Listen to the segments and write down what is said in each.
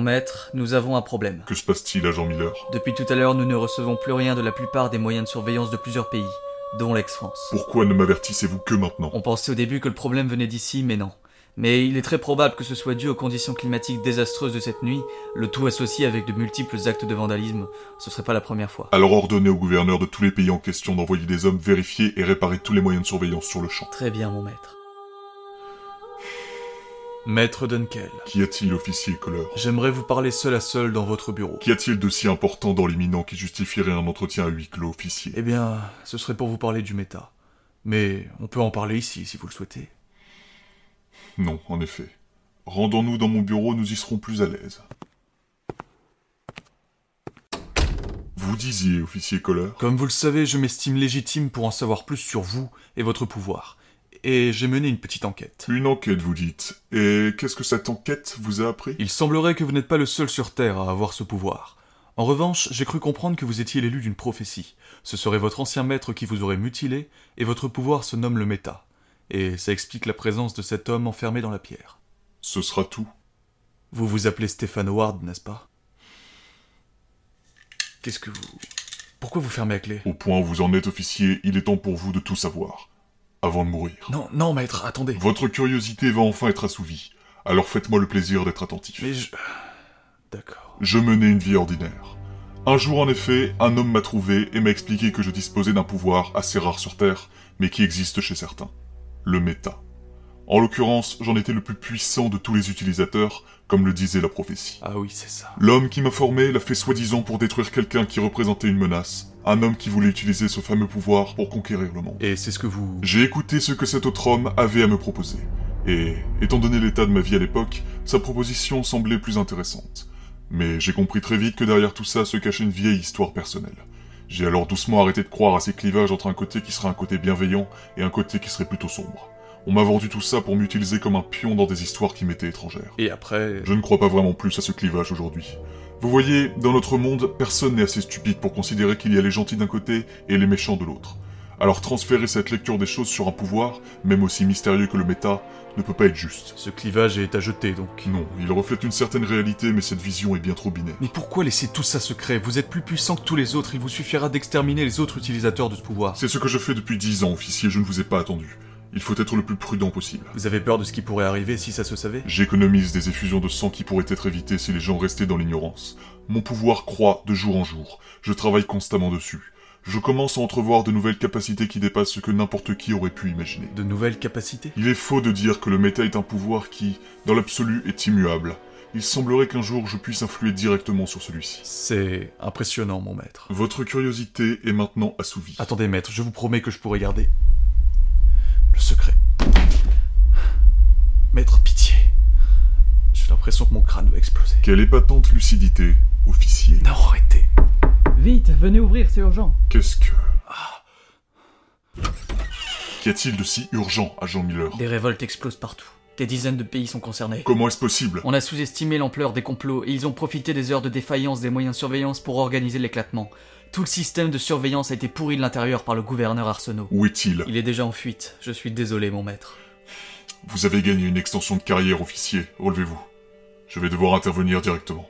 maître, nous avons un problème. Que se passe-t-il à Jean Miller Depuis tout à l'heure, nous ne recevons plus rien de la plupart des moyens de surveillance de plusieurs pays, dont l'ex-France. Pourquoi ne m'avertissez-vous que maintenant On pensait au début que le problème venait d'ici, mais non. Mais il est très probable que ce soit dû aux conditions climatiques désastreuses de cette nuit, le tout associé avec de multiples actes de vandalisme. Ce serait pas la première fois. Alors ordonnez au gouverneur de tous les pays en question d'envoyer des hommes vérifier et réparer tous les moyens de surveillance sur le champ. Très bien, mon maître. Maître Dunkel, Qu'y a-t-il, officier Coller j'aimerais vous parler seul à seul dans votre bureau. Qu'y a-t-il de si important dans l'imminent qui justifierait un entretien à huis clos, officier Eh bien, ce serait pour vous parler du méta. Mais on peut en parler ici si vous le souhaitez. Non, en effet. Rendons-nous dans mon bureau, nous y serons plus à l'aise. Vous disiez, officier Coller Comme vous le savez, je m'estime légitime pour en savoir plus sur vous et votre pouvoir. Et j'ai mené une petite enquête. Une enquête, vous dites. Et qu'est-ce que cette enquête vous a appris Il semblerait que vous n'êtes pas le seul sur Terre à avoir ce pouvoir. En revanche, j'ai cru comprendre que vous étiez l'élu d'une prophétie. Ce serait votre ancien maître qui vous aurait mutilé, et votre pouvoir se nomme le méta. Et ça explique la présence de cet homme enfermé dans la pierre. Ce sera tout. Vous vous appelez Stéphane Howard, n'est-ce pas Qu'est-ce que vous... Pourquoi vous fermez à clé Au point où vous en êtes, officier, il est temps pour vous de tout savoir. Avant de mourir. Non, non, maître, attendez. Votre curiosité va enfin être assouvie. Alors faites-moi le plaisir d'être attentif. Mais je... D'accord. Je menais une vie ordinaire. Un jour, en effet, un homme m'a trouvé et m'a expliqué que je disposais d'un pouvoir assez rare sur Terre, mais qui existe chez certains. Le méta. En l'occurrence, j'en étais le plus puissant de tous les utilisateurs, comme le disait la prophétie. Ah oui, c'est ça. L'homme qui m'a formé l'a fait soi-disant pour détruire quelqu'un qui représentait une menace, un homme qui voulait utiliser ce fameux pouvoir pour conquérir le monde. Et c'est ce que vous... J'ai écouté ce que cet autre homme avait à me proposer, et, étant donné l'état de ma vie à l'époque, sa proposition semblait plus intéressante. Mais j'ai compris très vite que derrière tout ça se cachait une vieille histoire personnelle. J'ai alors doucement arrêté de croire à ces clivages entre un côté qui serait un côté bienveillant et un côté qui serait plutôt sombre. On m'a vendu tout ça pour m'utiliser comme un pion dans des histoires qui m'étaient étrangères. Et après... Je ne crois pas vraiment plus à ce clivage aujourd'hui. Vous voyez, dans notre monde, personne n'est assez stupide pour considérer qu'il y a les gentils d'un côté et les méchants de l'autre. Alors transférer cette lecture des choses sur un pouvoir, même aussi mystérieux que le méta, ne peut pas être juste. Ce clivage est à jeter, donc. Non, il reflète une certaine réalité, mais cette vision est bien trop binaire. Mais pourquoi laisser tout ça secret Vous êtes plus puissant que tous les autres, il vous suffira d'exterminer les autres utilisateurs de ce pouvoir. C'est ce que je fais depuis dix ans, officier, je ne vous ai pas attendu. Il faut être le plus prudent possible. Vous avez peur de ce qui pourrait arriver si ça se savait J'économise des effusions de sang qui pourraient être évitées si les gens restaient dans l'ignorance. Mon pouvoir croît de jour en jour. Je travaille constamment dessus. Je commence à entrevoir de nouvelles capacités qui dépassent ce que n'importe qui aurait pu imaginer. De nouvelles capacités Il est faux de dire que le méta est un pouvoir qui, dans l'absolu, est immuable. Il semblerait qu'un jour je puisse influer directement sur celui-ci. C'est impressionnant, mon maître. Votre curiosité est maintenant assouvie. Attendez, maître, je vous promets que je pourrai garder. Le secret. Maître, pitié. J'ai l'impression que mon crâne va exploser. Quelle épatante lucidité, officier. Non, arrêtez. Vite, venez ouvrir, c'est urgent. Qu'est-ce que... Qu'y a-t-il de si urgent à Jean Miller Des révoltes explosent partout. Des dizaines de pays sont concernés. Comment est-ce possible On a sous-estimé l'ampleur des complots et ils ont profité des heures de défaillance des moyens de surveillance pour organiser l'éclatement. Tout le système de surveillance a été pourri de l'intérieur par le gouverneur Arsenault. Où est-il Il est déjà en fuite. Je suis désolé, mon maître. Vous avez gagné une extension de carrière, officier. Relevez-vous. Je vais devoir intervenir directement.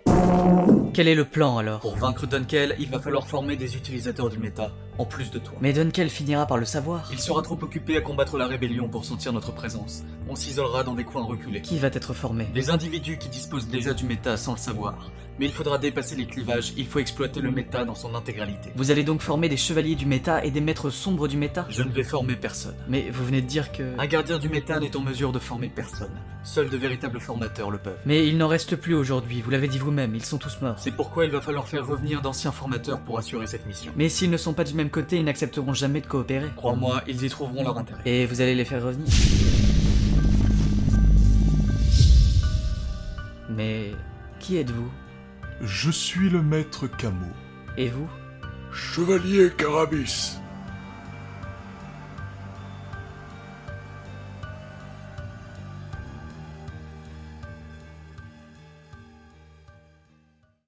Quel est le plan alors Pour vaincre Dunkel, il va falloir former des utilisateurs du méta, en plus de toi. Mais Dunkel finira par le savoir. Il sera trop occupé à combattre la rébellion pour sentir notre présence. On s'isolera dans des coins reculés. Qui va être formé Des individus qui disposent déjà du méta sans le savoir. Mais il faudra dépasser les clivages, il faut exploiter le méta dans son intégralité. Vous allez donc former des chevaliers du méta et des maîtres sombres du méta Je ne vais former personne. Mais vous venez de dire que... Un gardien du méta n'est en mesure de former personne. Seuls de véritables formateurs le peuvent. Mais il n'en reste plus aujourd'hui, vous l'avez dit vous-même, ils sont tous morts. C'est pourquoi il va falloir faire revenir d'anciens formateurs pour assurer cette mission. Mais s'ils ne sont pas du même côté, ils n'accepteront jamais de coopérer. Crois-moi, ils y trouveront leur intérêt. Et vous allez les faire revenir Mais... Qui êtes-vous Je suis le maître Camo. Et vous Chevalier Carabis.